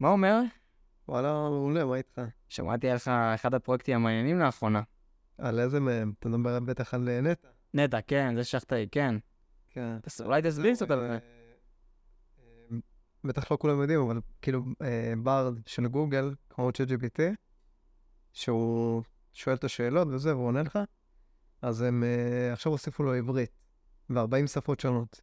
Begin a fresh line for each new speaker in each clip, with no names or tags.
מה אומר?
וואלה, מעולה, מה איתך?
שמעתי עליך אחד הפרויקטים המעניינים לאחרונה.
על איזה מהם? אתה מדבר בטח על אה, נטע.
נטע, כן, זה שחטאי, כן.
כן.
תס- אולי תסביר קצת על
אה,
זה.
אה, בטח לא כולם יודעים, אבל כאילו אה, ברד של גוגל, כמו ChatGPT, שהוא שואל את השאלות וזה, והוא עונה לך, אז הם אה, עכשיו הוסיפו לו עברית, ו-40 שפות שונות.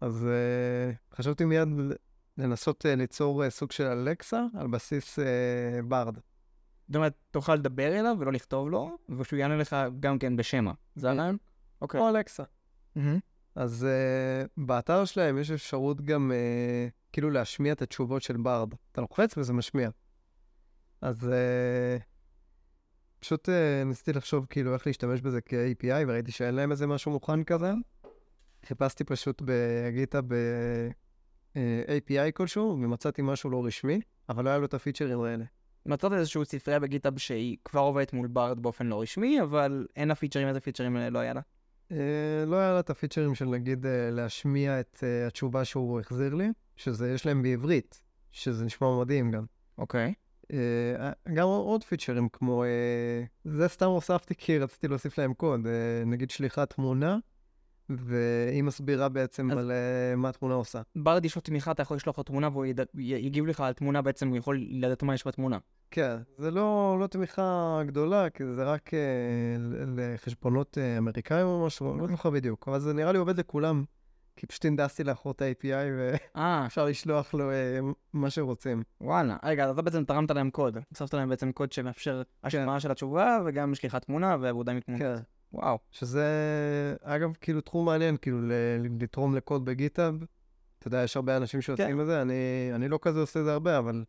אז אה, חשבתי מיד ל- לנסות אה, ליצור אה, סוג של אלקסה על בסיס אה, ברד.
זאת אומרת, תוכל לדבר אליו ולא לכתוב לו, ושהוא יענה לך גם כן בשמע. זה הרעיון? אוקיי.
או אלקסה. אז uh, באתר שלהם יש אפשרות גם uh, כאילו להשמיע את התשובות של ברד. אתה לוחץ וזה משמיע. אז uh, פשוט uh, ניסיתי לחשוב כאילו איך להשתמש בזה כ-API, וראיתי שאין להם איזה משהו מוכן כזה. חיפשתי פשוט בגיטה אה, ב-API כלשהו, ומצאתי משהו לא רשמי, אבל לא היה לו את הפיצ'רים האלה.
מצאת איזושהי ספרייה בגיטאב שהיא כבר עובדת מול בארד באופן לא רשמי, אבל אין לה פיצ'רים, איזה פיצ'רים אה, לא היה לה.
אה, לא היה לה את הפיצ'רים של נגיד אה, להשמיע את אה, התשובה שהוא החזיר לי, שזה יש להם בעברית, שזה נשמע מדהים גם.
אוקיי.
אה, גם עוד פיצ'רים כמו, אה, זה סתם הוספתי כי רציתי להוסיף להם קוד, אה, נגיד שליחת תמונה, והיא מסבירה בעצם
אז-
על אה, מה התמונה עושה.
בארד יש לו תמיכה, אתה יכול לשלוח לו תמונה והוא יד- י- יגיב לך על תמונה בעצם, הוא יכול לדעת מה יש בתמונה.
כן, זה לא, לא תמיכה גדולה, כי זה רק אה, ל- לחשבונות אה, אמריקאים או משהו, אני לא זוכר בדיוק, אבל זה נראה לי עובד לכולם, כי פשוט הנדסתי לאחור את ה-API
אה,
ואפשר לשלוח לו אה, מה שרוצים.
וואלה. רגע, אז אתה בעצם תרמת להם קוד. הוספת להם בעצם קוד שמאפשר השמעה של התשובה, וגם שליחת תמונה ועבודה מתמונה.
כן.
וואו.
שזה, אגב, כאילו תחום מעניין, כאילו ל- לתרום לקוד בגיטאב. אתה יודע, יש הרבה אנשים שעושים את זה, אני, אני לא כזה עושה את זה הרבה, אבל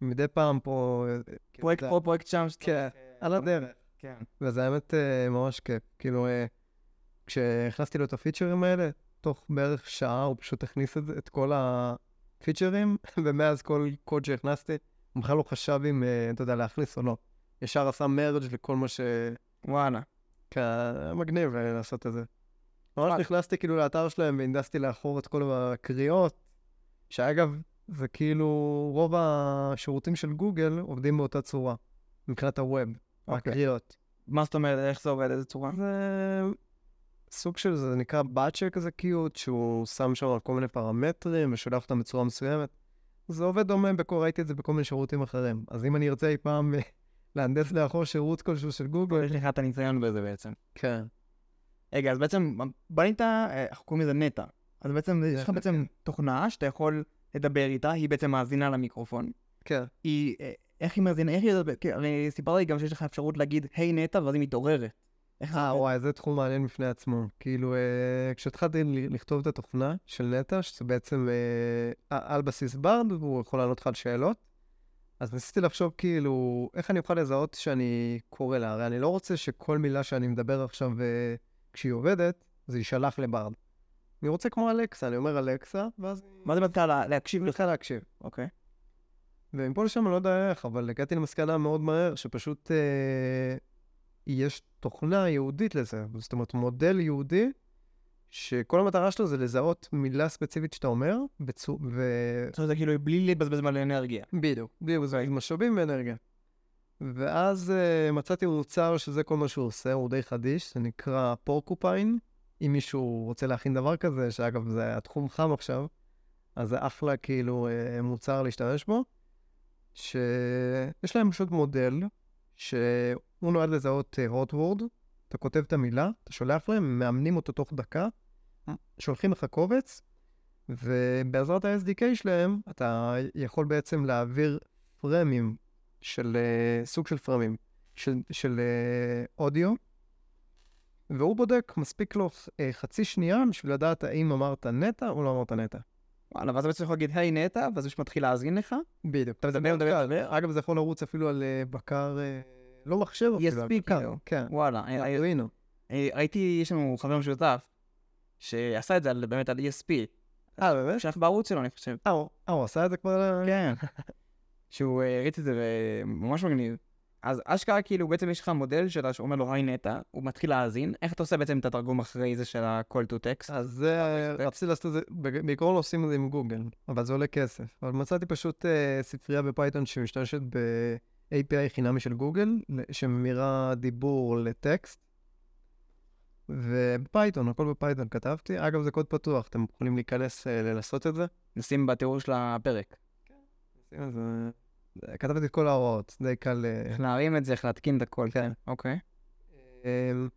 מדי פעם פה... אה, כאילו, אתה
פרויקט
יודע,
פה, פרויקט שם. שאתה-
כן, על הדרך.
כן.
וזה האמת אה, ממש כיף. כאילו, אה, כשהכנסתי לו את הפיצ'רים האלה, תוך בערך שעה הוא פשוט הכניס את, את כל הפיצ'רים, ומאז כל קוד שהכנסתי, הוא בכלל לא חשב אם, אה, אתה יודע, להכניס או לא. ישר עשה מרג' לכל מה ש...
וואלה.
כן, היה מגניב אה, לעשות את זה. ממש נכנסתי כאילו לאתר שלהם והנדסתי לאחור את כל הקריאות, שאגב, זה כאילו רוב השירותים של גוגל עובדים באותה צורה, מבחינת הווב,
אוקיי.
הקריאות.
מה זאת אומרת, איך זה עובד, איזה צורה?
זה סוג של, זה נקרא באצ'ר כזה קיוט, שהוא שם שם על כל מיני פרמטרים ושולח אותם בצורה מסוימת. זה עובד דומה, בכל, ראיתי את זה בכל מיני שירותים אחרים. אז אם אני ארצה אי פעם אה, להנדס לאחור שירות כלשהו של גוגל,
יש לך את הניסיון בזה בעצם.
כן.
רגע, אז בעצם בנית, אה, אנחנו קוראים לזה נטע. אז בעצם יש לך
כן.
בעצם תוכנה שאתה יכול לדבר איתה, היא בעצם מאזינה למיקרופון.
כן.
היא, אה, איך היא מאזינה, איך היא מדברת? כי הרי סיפרת לי גם שיש לך אפשרות להגיד, היי נטע, ואז היא מתעוררת. איך זה
אה,
עובד?
וואי, זה תחום מעניין בפני עצמו. כאילו, אה, כשהתחלתי ל- לכתוב את התוכנה של נטע, שזה בעצם אה, על בסיס ברד, והוא יכול לענות לך על שאלות, אז ניסיתי לחשוב, כאילו, איך אני אוכל לזהות שאני קורא לה? הרי אני לא רוצה שכל מילה שאני מדבר עכשיו אה, כשהיא עובדת, זה יישלח לברד. אני רוצה כמו אלקסה, אני אומר אלקסה, ואז
מה זה מתחילה לה- להקשיב
היא
לך?
צריכה להקשיב.
אוקיי.
ומפה לשם אני לא יודע איך, אבל הגעתי למסקנה מאוד מהר, שפשוט אה, יש תוכנה יהודית לזה. זאת אומרת, מודל יהודי, שכל המטרה שלו זה לזהות מילה ספציפית שאתה אומר, בצו... ו...
זאת אומרת, זה כאילו בלי לבזבז מלא אנרגיה.
בדיוק, בדיוק, זה משאבים ואנרגיה. ואז אה, מצאתי מוצר שזה כל מה שהוא עושה, הוא די חדיש, זה נקרא פורקופיין. אם מישהו רוצה להכין דבר כזה, שאגב זה התחום חם עכשיו, אז זה אחלה כאילו אה, מוצר להשתמש בו, שיש להם פשוט מודל שהוא נועד לזהות הוטוורד, אתה כותב את המילה, אתה שולח להם, מאמנים אותו תוך דקה, שולחים לך קובץ, ובעזרת ה-SDK שלהם, אתה יכול בעצם להעביר פרמים של, אה, סוג של פרמים, של, של אה, אודיו, והוא בודק, מספיק לו אה, חצי שנייה בשביל לדעת האם אמרת נטע או לא אמרת נטע.
וואלה, ואז אתה בעצם יכול להגיד, היי נטע, ואז מישהו מתחיל להאזין לך.
בדיוק.
אתה מדבר, מדבר, מדבר.
אגב, זה יכול לרוץ אפילו על אה, בקר, אה, לא מחשב, אפילו, על
ESP,
בקר,
כאילו.
כן,
וואלה, אה, אה,
ארדואינו.
אה, ראיתי, יש לנו חבר משותף, שעשה את זה על- באמת על E ESP.
אה, באמת?
שייך בערוץ שלו, אני חושב.
אה, הוא- אה, הוא עשה את זה כבר?
כן. שהוא אה, הריץ את זה וממש מגניב. אז אשכרה כאילו בעצם יש לך מודל שלה שאומר לו היי נטע, הוא מתחיל להאזין, איך אתה עושה בעצם את התרגום אחרי זה של ה-call to text?
אז זה, רציתי לעשות את זה, בג- בעיקרון לא עושים את זה עם גוגל, אבל זה עולה כסף. אבל מצאתי פשוט אה, ספרייה בפייתון שמשתמשת ב-API חינמי של גוגל, ל- שממירה דיבור לטקסט. ובפייתון, הכל בפייתון כתבתי. אגב, זה קוד פתוח, אתם יכולים להיכנס אה, לנסות את זה.
נשים בתיאור של הפרק.
אז, אה, כתבתי את כל ההוראות, די קל... אה,
איך להרים את זה, איך להתקין את הכל. כן. אוקיי.
אמ,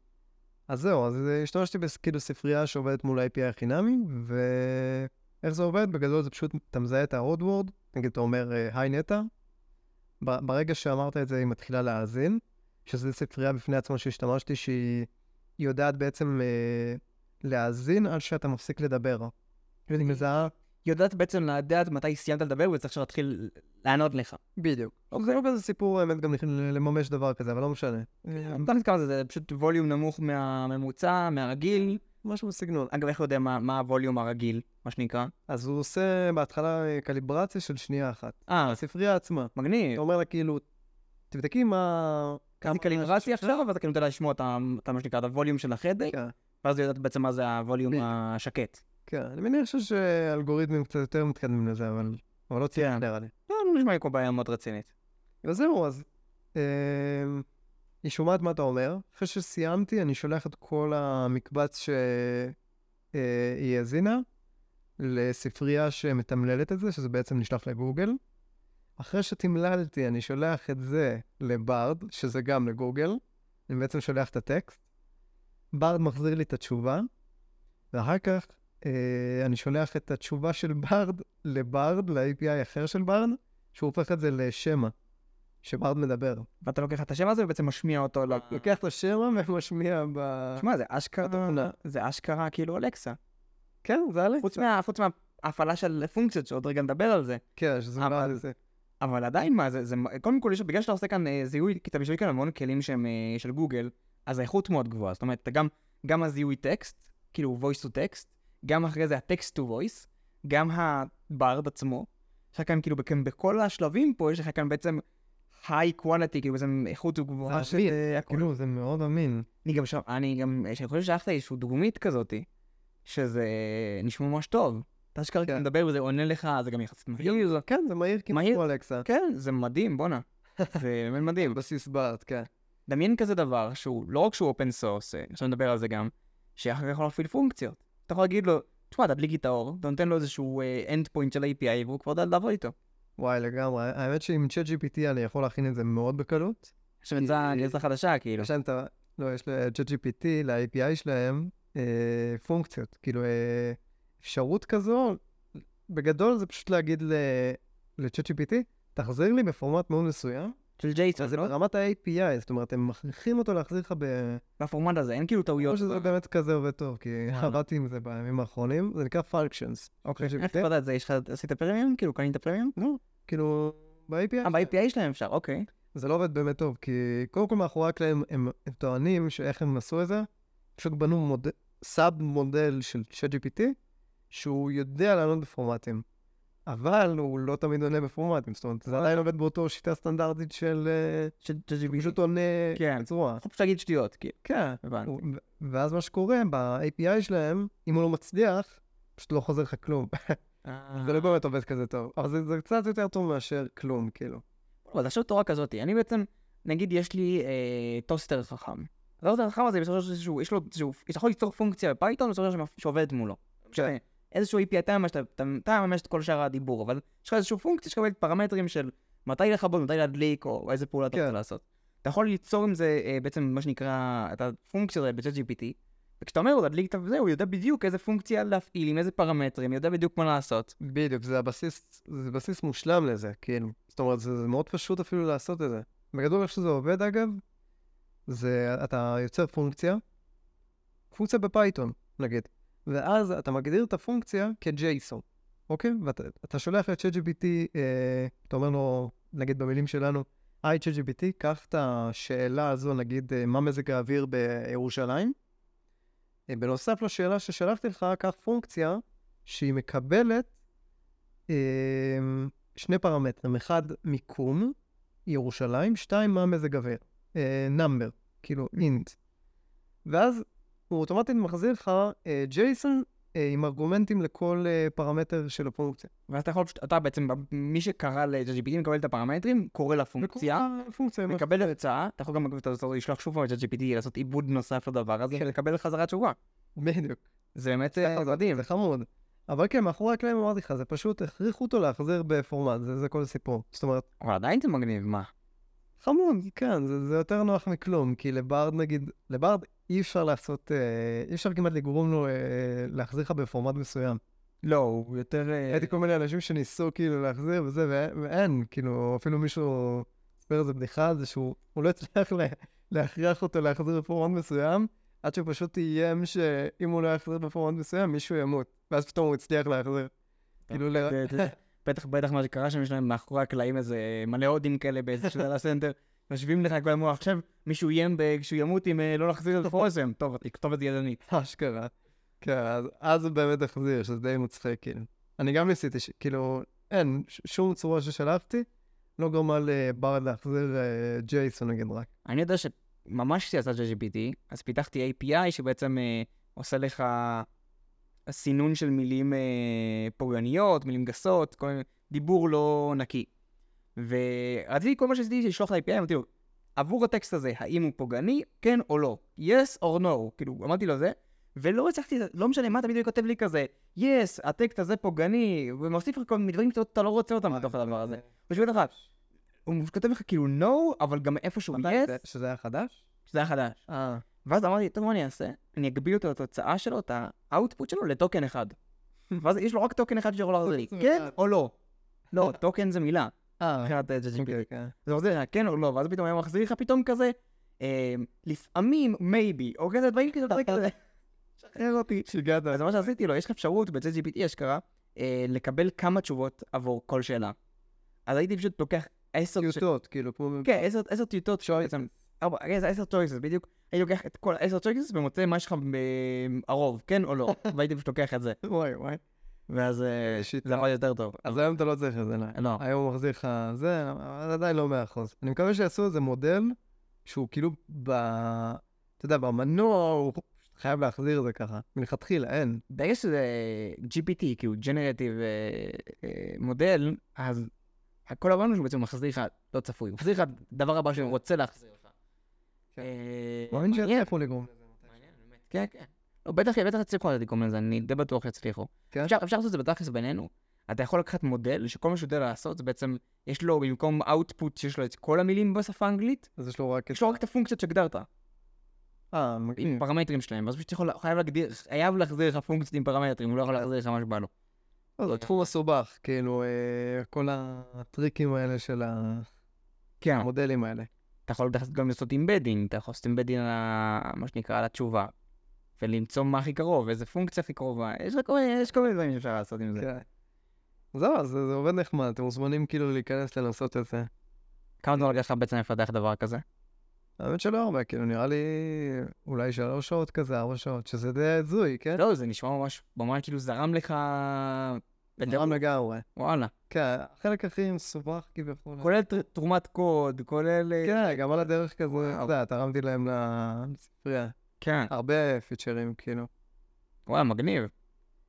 אז זהו, אז אה, השתמשתי בכאילו ספרייה שעובדת מול ה-API החינמי, ואיך זה עובד? בגדול זה פשוט, אתה מזהה את ה-Hotword, נגיד אתה אומר אה, היי נטע, ב- ברגע שאמרת את זה היא מתחילה להאזין, שזו ספרייה בפני עצמה שהשתמשתי, שהיא היא יודעת בעצם אה, להאזין עד שאתה מפסיק לדבר. והיא מזהה...
יודעת בעצם לדעת מתי סיימת לדבר וצריך עכשיו להתחיל לענות לך.
בדיוק. זה לא כזה סיפור, האמת, גם לממש דבר כזה, אבל לא משנה. אה,
אתה נזכר לזה, זה פשוט ווליום נמוך מהממוצע, מהרגיל.
משהו בסגנון.
אגב, איך אתה יודע מה מה הווליום הרגיל, מה שנקרא?
אז הוא עושה בהתחלה אה, קליברציה של שנייה אחת.
אה,
הספרייה עצמה. אתה
מגניב.
אומר לה כאילו, תבדקי מה...
עשית קליברציה עכשיו, ואז אתה כאילו יודע לשמוע את ה- את מה שנקרא, את הווליום של החדר,
כן.
ואז יודעת בעצם מה זה הווליום
בדיוק.
השקט.
כן, אני מניח שיש אה, אלגוריתמים קצת יותר מתקדמים לזה, אבל... אבל לא צריך,
כן.
נראה לי.
לא, לא נשמע לי כמו בעיה מאוד רצינית.
וזהו, אז... אה, היא שומעת מה אתה אומר. אחרי שסיימתי, אני שולח את כל המקבץ שהיא האזינה לספרייה שמתמללת את זה, שזה בעצם נשלח לגוגל. אחרי שתמללתי, אני שולח את זה לברד, שזה גם לגוגל. אני בעצם שולח את הטקסט. ברד מחזיר לי את התשובה, ואחר כך אה, אני שולח את התשובה של ברד לברד, ל-API אחר של ברד, שהוא הופך את זה לשמע, שברד מדבר.
ואתה לוקח את השם הזה ובעצם משמיע אותו
אה,
ל...
לוקח את השמע ומשמיע ב...
שמע, זה אשכרה,
בתוכנה.
זה אשכרה כאילו אלקסה.
כן, זה עלי.
חוץ מה- חוץ מההפעלה של פונקציות, שעוד רגע נדבר על זה.
כן, שזה
אבל-
נראה לי זה.
אבל עדיין מה זה, זה קודם כל, יש, בגלל שאתה עושה כאן אה, זיהוי, כי אתה משתמש כאן המון כלים שהם אה, של גוגל, אז האיכות מאוד גבוהה. זאת אומרת, אתה גם, גם הזיהוי טקסט, כאילו voice to text, גם אחרי זה הטקסט to voice, גם הברד עצמו. יש לך כאן כאילו, בכ- בכל השלבים פה, יש לך כאן בעצם high quality, כאילו בעצם איכות גבוהה.
זה-
של- אה,
זה-
הכל.
כאילו, זה מאוד אמין.
אני גם שם, אני גם, אני חושב ששלחת איזשהו דוגמית כזאת, שזה אה, נשמע ממש טוב. אתה אשכרה
כן.
מדבר וזה עונה לך, זה גם יחסית מהיר.
כן, זה מהיר כאילו
מהיר.
כמו אלכסה.
כן, זה מדהים, בואנה. זה באמת מדהים.
בסיס ברד, כן.
דמיין כזה דבר שהוא, לא רק שהוא אופן סורס, עכשיו נדבר על זה גם, שאחר כך יכול להפעיל פונקציות. אתה יכול להגיד לו, תשמע, תדליק לי את האור, אתה נותן לו איזשהו אנד פוינט של API, והוא כבר יודע לעבוד איתו.
וואי, לגמרי. האמת שעם ChatGPT אני יכול להכין את זה מאוד בקלות.
עכשיו, זו
אה,
הגרסה חדשה, כאילו.
יש להם את ה... לא, יש ל-ChatGPT, ל-API שלהם, אה, פונקציות. כאילו, אה, אפשרות כזו, בגדול זה פשוט להגיד ל- ל-ChatGPT, תחזיר לי בפורמט מאוד מסוים,
של ג'ייסון,
אז זה
לא?
ברמת ה-API, זאת אומרת, הם מכריחים אותו להחזיר לך ב...
בפורמט הזה, אין כאילו
או
טעויות.
שזה באמת כזה עובד טוב, כי
וואלה.
עבדתי עם זה בימים האחרונים, זה נקרא functions.
אוקיי,
של
איך
GPT?
אתה יודע את זה? יש לך, עשית פרמיום? כאילו, קנית פרמיום?
כאילו, ב-API.
אה, ב-API שלהם אפשר, אוקיי.
זה לא עובד באמת טוב, כי קודם כל מאחורי הקלעים הם, הם טוענים שאיך הם עשו את זה, פשוט בנו מודל, סאב מודל של ChatGPT, שהוא יודע לענות בפורמטים, אבל הוא לא תמיד עונה בפורמטים, זאת אומרת, זה עדיין עובד באותו שיטה סטנדרטית של... אה,
של ג'ייסון.
פשוט עונה
כן.
בצורה.
יכול פשוט להגיד שטויות, כאילו.
כן.
הבנתי.
הוא- ו- ואז מה שקורה ב-API שלהם, אם הוא לא מצליח, פשוט לא חוזר לך כלום.
אה.
זה לא באמת עובד כזה טוב, אבל זה, זה קצת יותר טוב מאשר כלום, כאילו.
אבל תחשוב תורה כזאת, אני בעצם, נגיד יש לי אה, טוסטר חכם. הטוסטר החכם הזה בסופו של דבר שהוא- יש לו, שהוא, אתה יכול ליצור פונקציה בפייתון בסופו של דבר שעובדת מולו. משנה. איזשהו API אתה ממש, אתה- אתה ממש את כל שאר הדיבור, אבל יש לך איזושהי פונקציה שקבלת פרמטרים של מתי לכבות, מתי להדליק, או איזה פעולה אתה
כן.
רוצה לעשות. אתה יכול ליצור עם זה אה, בעצם מה שנקרא, את הפונקציה הזאת בצ'אט GPT, וכשאתה אומר לו להדליק את זה, הוא יודע בדיוק איזה פונקציה להפעיל, עם איזה פרמטרים, יודע בדיוק מה לעשות.
בדיוק, זה הבסיס, זה בסיס מושלם לזה, כאילו. זאת אומרת, זה, זה מאוד פשוט אפילו לעשות את זה. בגדול, איך שזה עובד, אגב, זה אתה יוצר פונקציה, פונקציה בפייתון, נגיד, ואז אתה מגדיר את הפונקציה כ-JSON, אוקיי? ואתה אתה שולח ל-ChatGPT, אה, אתה אומר לו, נגיד במילים שלנו, היי ChatGPT, קח את השאלה הזו, נגיד, אה, מה מזג האוויר בירושלים? אה, בנוסף לשאלה ששלחתי לך, קח פונקציה שהיא מקבלת אמ, שני פרמטרים, אחד מיקום, ירושלים, שתיים, מה מזג אוויר, נאמבר, כאילו אינט. ואז הוא אוטומטית מחזיר לך ג'ייסון עם ארגומנטים לכל אה, פרמטר של הפונקציה.
ואז אתה יכול פשוט, אתה בעצם, מי שקרא ל-GPT מקבל את הפרמטרים, קורא לפונקציה,
לכל פונקציה. עם
מקבל הרצאה, אתה יכול גם לקבל את התוצאות, לשלוח שוב פעם ל-GPT, לעשות עיבוד נוסף לדבר הזה, ולקבל חזרה תשובה.
בדיוק.
כן. זה באמת אה, מדהים.
זה חמוד. אבל כן, מאחורי הקלעים אמרתי לך, זה פשוט הכריחו אותו להחזיר בפורמט, זה, זה כל הסיפור. זאת אומרת,
אבל עדיין זה מגניב, מה?
חמוד, כן, זה, זה יותר נוח מכלום, כי לברד נגיד, לברד אי אפשר לעשות, אה, אי אפשר כמעט לגרום לו אה, להחזיר לך בפורמט מסוים.
לא, הוא יותר... אה,
הייתי כל מיני אנשים שניסו כאילו להחזיר וזה, ו- ואין, כאילו, אפילו מישהו סיפר איזה בדיחה על זה שהוא הוא לא הצליח לה- להכריח אותו להחזיר בפורמט מסוים, עד שהוא פשוט איים שאם הוא לא יחזיר בפורמט מסוים, מישהו ימות. ואז פתאום הוא הצליח להחזיר. כאילו, ל-
אה, זה- זה- בטח, בטח מה שקרה שם, יש להם מאחורי הקלעים איזה אה, מלא הודים כאלה באיזה שדלה סנטר, יושבים לך כל הזמן, עכשיו מישהו איים ב- כשהוא ימות אם אה, לא נחזיר את פרוסם. טוב, תכתוב את זה ידנית.
אשכרה. כן, אז, אז הוא באמת החזיר, שזה די מצחיק, כאילו. אני גם ניסיתי, ש... כאילו, אין, ש- שום צורה ששלחתי, לא גרמה לברד להחזיר אה, ג'ייסון נגיד רק.
אני יודע שממש כשעשה JGPT, אז פיתחתי API שבעצם אה, עושה לך סינון של מילים אה, פוגעניות, מילים גסות, כל מיני, דיבור לא נקי. ורציתי, כל מה שעשיתי זה לשלוח ל-API, אמרתי לו, עבור הטקסט הזה, האם הוא פוגעני, כן או לא? yes or no, כאילו, אמרתי לו זה, ולא הצלחתי, לא משנה מה, תמיד הוא כותב לי כזה, yes, הטקסט הזה פוגעני, ומוסיף לך כל מיני דברים שאתה לא רוצה
אה,
אותם בתוך הדבר הזה. בשביל אחד, הוא כותב לך כאילו no, אבל גם איפשהו
מתי
yes,
זה- שזה היה חדש?
שזה היה חדש.
אה.
ואז אמרתי, טוב, מה אני אעשה? אני אגביל אותו לתוצאה שלו, את האוטפוט שלו, לטוקן אחד. ואז יש לו רק טוקן אחד שיכול להחזיר לי,
טוקן
כן
אחד.
או לא. לא, טוקן זה מילה.
אה,
מבחינת JGPT.
אוקיי, כן.
זה מחזיר לך כן או לא, ואז פתאום היה מחזיר לך פתאום כזה, אה, לפעמים, maybe, או כזה דברים כזה, דברים כזה. שחרר אותי.
שיגעת.
אז מה שעשיתי לו, יש לך אפשרות ב-JGPT אשכרה, אה, לקבל כמה תשובות עבור כל שאלה. אז הייתי פשוט לוקח עשר ש-
טיוטות, כאילו, כמו...
כן, עשר- עשר טיוטות בעצם. ארבע, כן, זה עשר choices, בדיוק. הייתי לוקח את כל העשר choices ומוצא מה יש לך ב- הרוב, כן או לא, והייתי פשוט לוקח את זה.
וואי, וואי.
ואז אה,
שיטה.
זה עבד יותר טוב.
אז היום אתה לא צריך את זה, לא.
לא.
היום הוא מחזיר לך זה, אבל עדיין לא 100%. אני מקווה שיעשו איזה מודל שהוא כאילו ב... אתה יודע, במנוע הוא חייב להחזיר את זה ככה. מלכתחילה, אין.
ברגע שזה GPT, כאילו Generative אה, מודל, אז הכל הבנו שהוא בעצם מחזיר לך לא צפוי, הוא מחזיר לך דבר הבא שהוא רוצה להחזיר לך.
כן.
אה,
מאמין
מעניין,
שיצליחו לגרום לזה.
מעניין, באמת. כן, כן. לא, בטח, בטח יצליחו לדעת לקרוא לזה, אני די בטוח שיצליחו.
כן?
אפשר, אפשר לעשות את זה בתכלס בינינו. אתה יכול לקחת מודל שכל מה שהוא יודע לעשות זה בעצם, יש לו במקום output שיש לו את כל המילים בשפה האנגלית, כאילו
אז יש לו רק... את-
יש לו רק את הפונקציות שהגדרת,
אה,
עם
מגניב.
פרמטרים שלהם, אז פשוט יכול, חייב להגדיר, חייב להחזיר לך פונקציות עם פרמטרים, הוא לא יכול להחזיר לך מה שבא לו.
לא, זה תחום מסובך, כאילו, אה, כל הטריקים האלה של
כן.
המודלים האלה.
אתה יכול לעשות גם לעשות אימבדינג, אתה יכול לעשות אימבדינג על ה- מה שנקרא על התשובה. ולמצוא מה הכי קרוב, איזה פונקציה הכי קרובה, יש לך כל מיני- יש כל מיני דברים שאפשר לעשות עם זה.
כן. זהו, אז זה זה עובד נחמד, אתם מוזמנים כאילו להיכנס לנסות את זה.
כמה זמן לקח לך בעצם לפתח דבר כזה?
האמת שלא הרבה, כאילו נראה לי אולי שלוש שעות כזה, ארבע שעות, שזה די הזוי, כן?
לא, זה נשמע ממש, ממש כאילו זרם לך...
נראה לגמרי.
וואלה.
כן, החלק הכי מסובך כביכול.
כולל תר- תרומת קוד, כולל... אה,
כן, גם על הדרך כזה, אתה
וואו.
יודע, תרמתי להם ל- לספרייה.
כן.
הרבה פיצ'רים, כאילו.
וואלה, מגניב.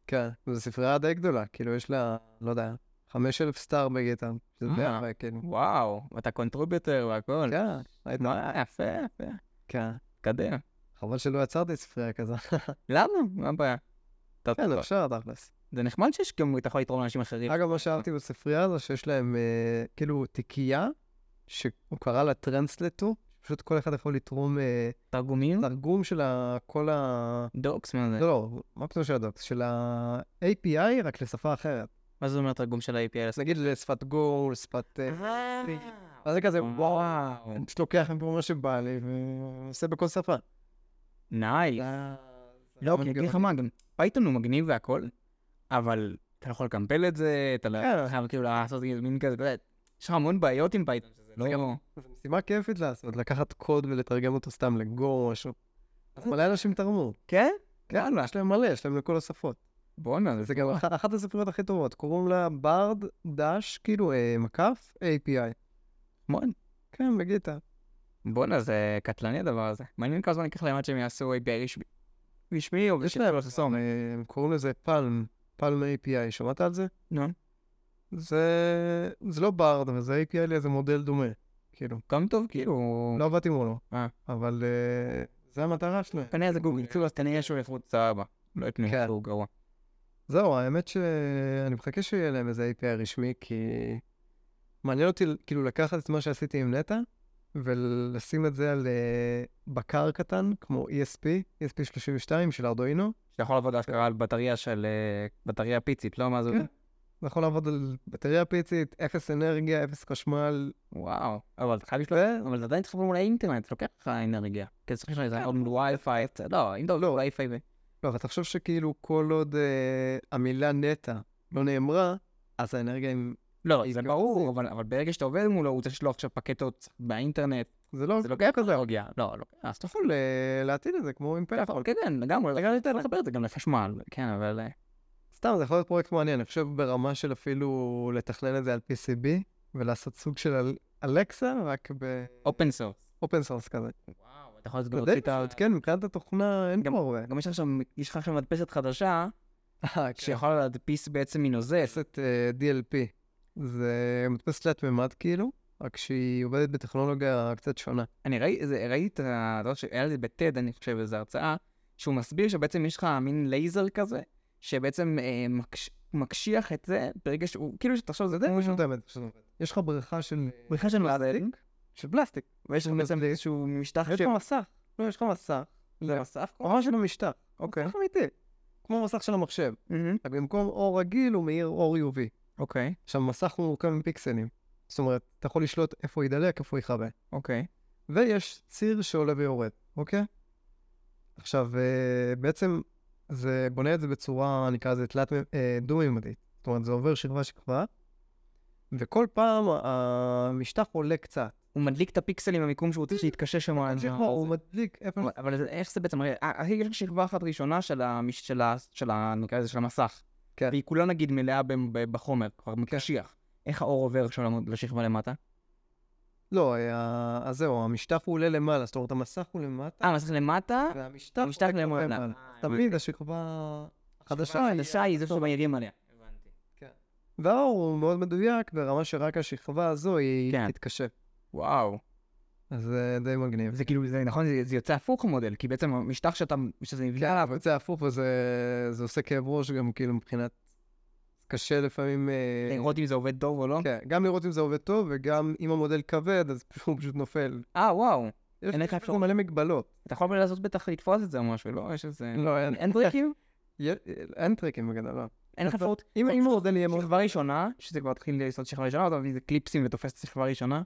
כן, וזו ספרייה די גדולה, כאילו יש לה, לא יודע, חמש אלף סטאר בגיטר, שזה די
אה.
הרבה, כאילו.
וואו, ואתה קונטרוביוטר והכל.
כן, היית-
מה, יפה, יפה.
כן.
קדם.
חבל שלא יצרתי ספרייה כזה.
למה? מה הבעיה? טוב,
כן,
טוב.
אפשר, תכלס.
זה נחמד שיש גם, אתה יכול לתרום לאנשים אחרים.
אגב, מה שאהבתי בספרייה הזו, שיש להם אה, כאילו תיקייה, שהוא קרא לה טרנסלטו, פשוט כל אחד יכול לתרום אה,
תרגומים?
תרגום של ה- כל ה...
דוקס, מה זה?
לא, לא, מה פתאום של הדוקס? של ה-API, רק לשפה אחרת.
מה זה אומר תרגום של ה-API?
אז נגיד לשפת גו, לשפת... אה, C. אז זה כזה, וואו,
וואו.
אני פשוט לוקח מפה מה שבא לי ועושה בכל שפה. אה,
נייס. לא, כי אני אגיד לך מה, גם פייתון הוא מגניב והכל, אבל אתה לא יכול לקמפל את זה, אתה לא
כן.
חייב כאילו לעשות כאילו מין כזה, אתה יודע, יש לך המון בעיות עם פייתון, שזה לא...
זו משימה כיפית לעשות, לקחת קוד ולתרגם אותו סתם לגו או משהו. אז מלא אנשים תרמו.
כן?
כן, יש להם מלא, יש להם לכל השפות.
בואנה,
זה גם אחת, אחת הספריות הכי אה, טובות, קוראים לה ברד דש, כאילו אה, מקף, API.
המון.
כן, בגיטה.
בואנה, זה קטלני הדבר הזה. מעניין כמה זמן ייקח להם עד שהם יעשו API רשמי. רשמי או
יש להם,
בשיתוף הסום.
אה, הם קוראים לזה פלם, פלם API, שמעת על זה?
נו,
זה, זה לא בארד, אבל זה API לאיזה מודל דומה, כאילו.
גם טוב, כאילו...
לא עבדתי מולו,
אה.
אבל אה, זה המטרה שלהם.
כנראה זה גוגל, כאילו, אז כנראה שהוא יפרוץ סבבה. לא יתנו
כן.
שהוא גרוע.
זהו, האמת שאני מחכה שיהיה להם איזה API רשמי, כי מעניין אותי כאילו לקחת את מה שעשיתי עם נטע, ולשים את זה על אה, בקר קטן, כמו E ESP, ESP 32 של ארדואינו.
שאתה יכול לעבוד אשכרה על בטריה של... אה, בטריה פיצית, לא מה זה...
כן. זה יכול לעבוד על בטריה פיצית, אפס אנרגיה, אפס חשמל,
וואו. אבל אתה חייב לשלוח... אבל זה עדיין צריך לעבור לאינטרנט, זה לוקח לך אנרגיה. כי צריך לשלוח
כן.
איזה עוד וי-פיי. לא, אם אתה לא וי-פיי ו...
לא, אבל תחשוב שכאילו כל עוד אה, המילה נטע לא נאמרה, אז האנרגיה היא...
לא, זה
כאילו,
ברור, אבל- אבל ברגע שאתה עובד מולו, הוא צריך לשלוח עכשיו פקטות באינטרנט.
זה לא...
זה לוקח כזה אנרגיה. לא, לא. אז
אתה יכול אה, להטיל את זה כמו עם
אתה
פלאפון.
יכול, כן, כן, לגמרי, לגמרי, אתה יכול לחבר את זה גם לחשמל, כן, אבל... אה,
סתם, זה יכול להיות פרויקט מעניין. אני חושב ברמה של אפילו לתכנן את זה על PCB, ולעשות סוג של אל- אלקסה, רק
אופן סורס.
באופן סורס כזה.
וואו, אתה יכול גם
אתה
להוציא
יודע,
את ה...
כן, מבחינת התוכנה אין
גם-
פה הרבה.
גם יש לך עכשיו, יש לך עכשיו מדפסת חדשה,
אה, כן.
שיכולה להדפיס בעצם מנוזס.
מדפסת אה, DLP. זה מדפסת תלת מימד כאילו, רק שהיא עובדת בטכנולוגיה קצת שונה.
אני ראי- זה- ראיתי את הדבר שהיה לי בטד, אני חושב, איזו הרצאה, שהוא מסביר שבעצם יש לך מין לייזר כזה, שבעצם אה, מקש- מקשיח את זה ברגע שהוא, כאילו שתחשוב, זה די...
כמו שמותאמת, פשוט עובד. יש לך בריכה של... אה,
בריכה של
פלסטיק?
פלסטיק,
של פלסטיק.
ויש לך
אבל
בעצם
זה-
איזשהו משטח
יש
ש...
לך מסך. לא, יש לך מסך.
זה מסך?
ממש של המשטח.
אוקיי.
מסך אמיתי. כמו מסך של המחשב.
מהמם.
רק במקום אור רגיל הוא מאיר אור UV.
אוקיי,
עכשיו, מסך הוא מורכב מפיקסלים. זאת אומרת, אתה יכול לשלוט איפה ידלק, איפה יכבה.
אוקיי.
ויש ציר שעולה ויורד, אוקיי? עכשיו, אה, בעצם זה בונה את זה בצורה, נקרא לזה תלת, אה, דו-מימדית. זאת אומרת, זה עובר שכבה-שכבה, וכל פעם המשטח עולה קצת.
הוא מדליק את הפיקסלים במיקום שהוא רוצה שיתקשה שם על
שכבה,
הזה.
כן. הוא מדליק איפה...
אבל- אבל זה- איך זה בעצם, הרי- אה, אה, יש לך שכבה אחת ראשונה של ה... מש- של ה... של ה... נקרא לזה, של המסך.
כן.
והיא כולה נגיד מלאה ב- ב- בחומר, כבר מקשיח. איך האור עובר שם למ- לשכבה למטה?
לא, אה, אז זהו, המשטח הוא עולה למעלה, זאת אומרת, המסך הוא למטה,
אה, המסך למטה,
והמשטח
המשטח
עולה כלפי
למעלה.
מעלה.
אה,
אוקיי, תמיד השכבה החדשה היא...
החדשה היא זו שמעירים עליה.
והאור הוא מאוד מדויק, ברמה שרק השכבה הזו היא
כן.
תתקשה.
וואו.
אז זה די מגניב.
זה כאילו, זה נכון, זה- זה יוצא הפוך המודל, כי בעצם המשטח שאתה, שזה נבנה עליו,
אבל זה הפוך וזה זה עושה כאב ראש גם כאילו מבחינת... קשה לפעמים... אה,
לראות אם זה עובד טוב או לא.
כן, גם לראות אם זה עובד טוב, וגם אם המודל כבד, אז פשוט- הוא פשוט נופל.
אה, וואו.
יש
אין לך
יש בזה
אפשרות.
מלא מגבלות.
אתה יכול לעשות בטח לתפוס את זה או משהו, לא? יש איזה...
לא, אין-
אין טריקים?
יה- אין טריקים בגדול, לא.
אין לך אפשרות? אוקיי.
אם אם המודל יהיה מאוד...
שכבה ראשונה, שזה כבר התחיל לעשות שכבה ראשונה, אתה מביא איזה קליפסים ותופס את השכבה הראשונה.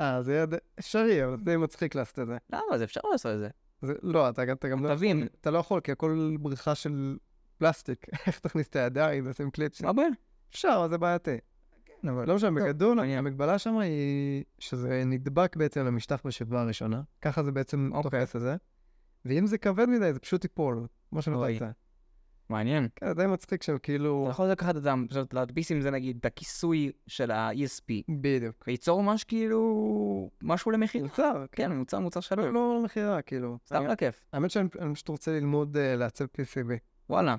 אה, זה יהיה די- אפשרי, אבל זה די מצחיק לעשות את זה.
למה? לא, זה אפשר לעשות את זה.
זה- לא, אתה גם- אתה גם לא...
תבין,
אתה לא יכול, כי הכל בריכה של פלסטיק. איך תכניס את הידיים, נשים קליפ
מה הבעיה?
אפשר, אבל זה בעייתי.
אבל...
לא משנה, בגדול,
מעניין.
המגבלה שם היא שזה נדבק בעצם למשטח בשכבה הראשונה. ככה זה בעצם
אוקיי.
תופס את זה. ואם זה כבד מדי, זה פשוט ייפול, כמו שאתה
אוי.
רוצה.
מעניין.
כן, זה די מצחיק שהם כאילו...
אתה יכול לקחת את זה, פשוט להדפיס עם זה נגיד את הכיסוי של ה-ESP,
בדיוק.
וליצור ממש כאילו... משהו למחיר.
מוצר,
כן, מוצר מוצר שלו.
לא לא מכירה, כאילו.
סתם
אני-
לכיף.
האמת שאני אני פשוט רוצה ללמוד אה, לעצב PCB.
וואלה.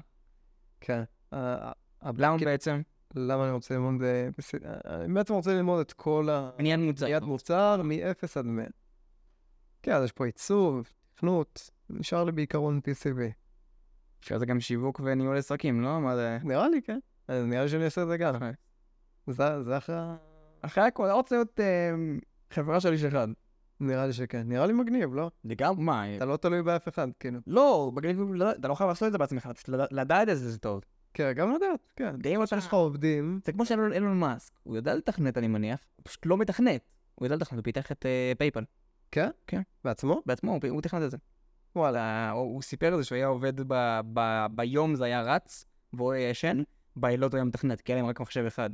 כן. אה, אה,
למה
כן,
בעצם?
למה אני רוצה ללמוד... אה, PCB? אני בעצם רוצה ללמוד את כל ה...
בניין מוצר.
בניית מוצר מ-0 עד 100. כן, אז יש פה עיצוב, תכנות, נשאר לי בעיקרון PCB.
אפשר זה גם שיווק וניהול עסקים, לא? מה זה...
נראה לי, כן. אז נראה לי שאני אעשה את זה גם.
אוקיי.
זה זה אחרי... ה-
אחרי הכל, אני רוצה להיות אמ, חברה של איש אחד.
אה, נראה לי שכן. נראה לי מגניב, לא?
לגמרי. מה?
אתה לא תלוי באף אחד, כאילו.
לא, בגלל לא- אתה לא חייב לעשות את זה בעצמך, פשוט לד- לדעת את זה זה טוב.
כן, גם לדעת, כן.
די אם אתה-
יש לך עובדים,
זה כמו שאלון אילון מאסק, הוא יודע לתכנת אני מניח, הוא פשוט לא מתכנת. הוא יודע לתכנת, הוא פיתח את אה, פייפל.
בעצמו?
בעצמו, הוא פי- הוא תכנת את זה.
וואלה.
אה, הוא הוא סיפר את זה שהוא היה עובד ב- ב- ביום זה היה רץ, והוא היה ישן, בלילות הוא היה מתכנת, כי היה להם רק מחשב אחד.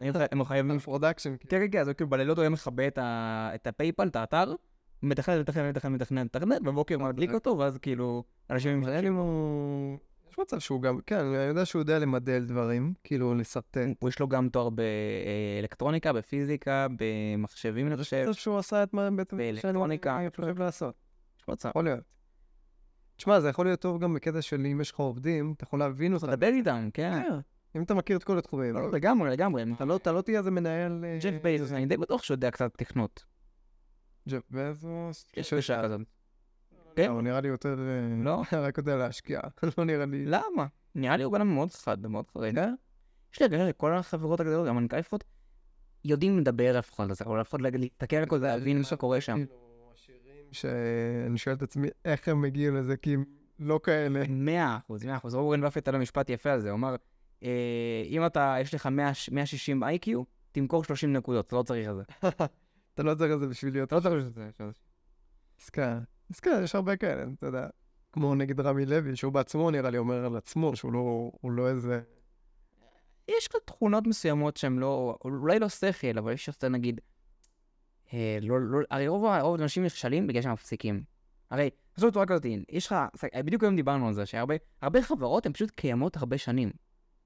אני חי- הם חייבים...
פרודקשן.
כן, כן, כן, אז הוא כאילו בלילות הוא היה מכבה את ה- את הפייפל, את האתר, מתכנת, מתכנת, מתכנת, מתכנת, מתכנת, בבוקר הוא מדליק אותו, ואז כאילו, אנשים...
מעניין אם הוא... יש מצב שהוא גם, כן, אני יודע שהוא יודע למדל דברים, כאילו לשרטט.
כן, הוא- יש לו גם תואר באלקטרוניקה, בפיזיקה, במחשבים, אני חושב.
חושב שהוא עשה את מה בעצם
באלקטרוניקה.
שאני חושב לעשות.
יש לו צער.
יכול להיות. תשמע, זה יכול להיות טוב גם בקטע של אם יש לך עובדים, אתה יכול להבין אותם.
לדבר איתם, כן.
כן. אם אתה מכיר את כל התחומים.
לא, לגמרי, לגמרי.
אתה לא- אתה לא תהיה איזה מנהל... אה,
ג'ף בייזוס, אני די בטוח שהוא יודע קצת תכנות.
ג'ף בייזוס.
יש לו אישה כזאת.
לא,
כן?
הוא נראה לי יותר... אה,
לא?
רק יודע להשקיע. לא נראה לי...
למה? נראה לי הוא בן אדם מאוד חד ומאוד חרד.
כן?
יש לי הרגשה שכל החברות הגדולות, גם המנכ"לפות, יודעים לדבר אף אחד על זה, אבל אף אחד לא- להתקל על כל זה, להבין מה שקורה שם.
כאילו, עשירים שאני שואל את עצמי איך הם הגיעו לזה, כי הם לא
אה.
כאלה.
מאה אחוז, מאה אחוז. אורן באפט היה לו משפט יפה על זה, הוא אמר, אה, אם אתה, יש לך 100 160 IQ, תמכור 30 נקודות, אתה לא צריך את זה.
אתה לא צריך את זה בשביל להיות
אתה לא צריך את זה.
עסקה. עסקה, כן, יש הרבה כאלה, אתה יודע. כמו נגד רמי לוי, שהוא בעצמו נראה לי אומר על עצמו, שהוא לא, הוא לא איזה...
יש כאן תכונות מסוימות שהן לא, אולי לא שכל, אבל יש יותר נגיד, אה, לא, לא, הרי רוב ה- רוב האנשים נכשלים בגלל שהם מפסיקים. הרי, עשו בצורה כזאת, יש לך, בדיוק היום דיברנו על זה, שהרבה הרבה חברות הן פשוט קיימות הרבה שנים.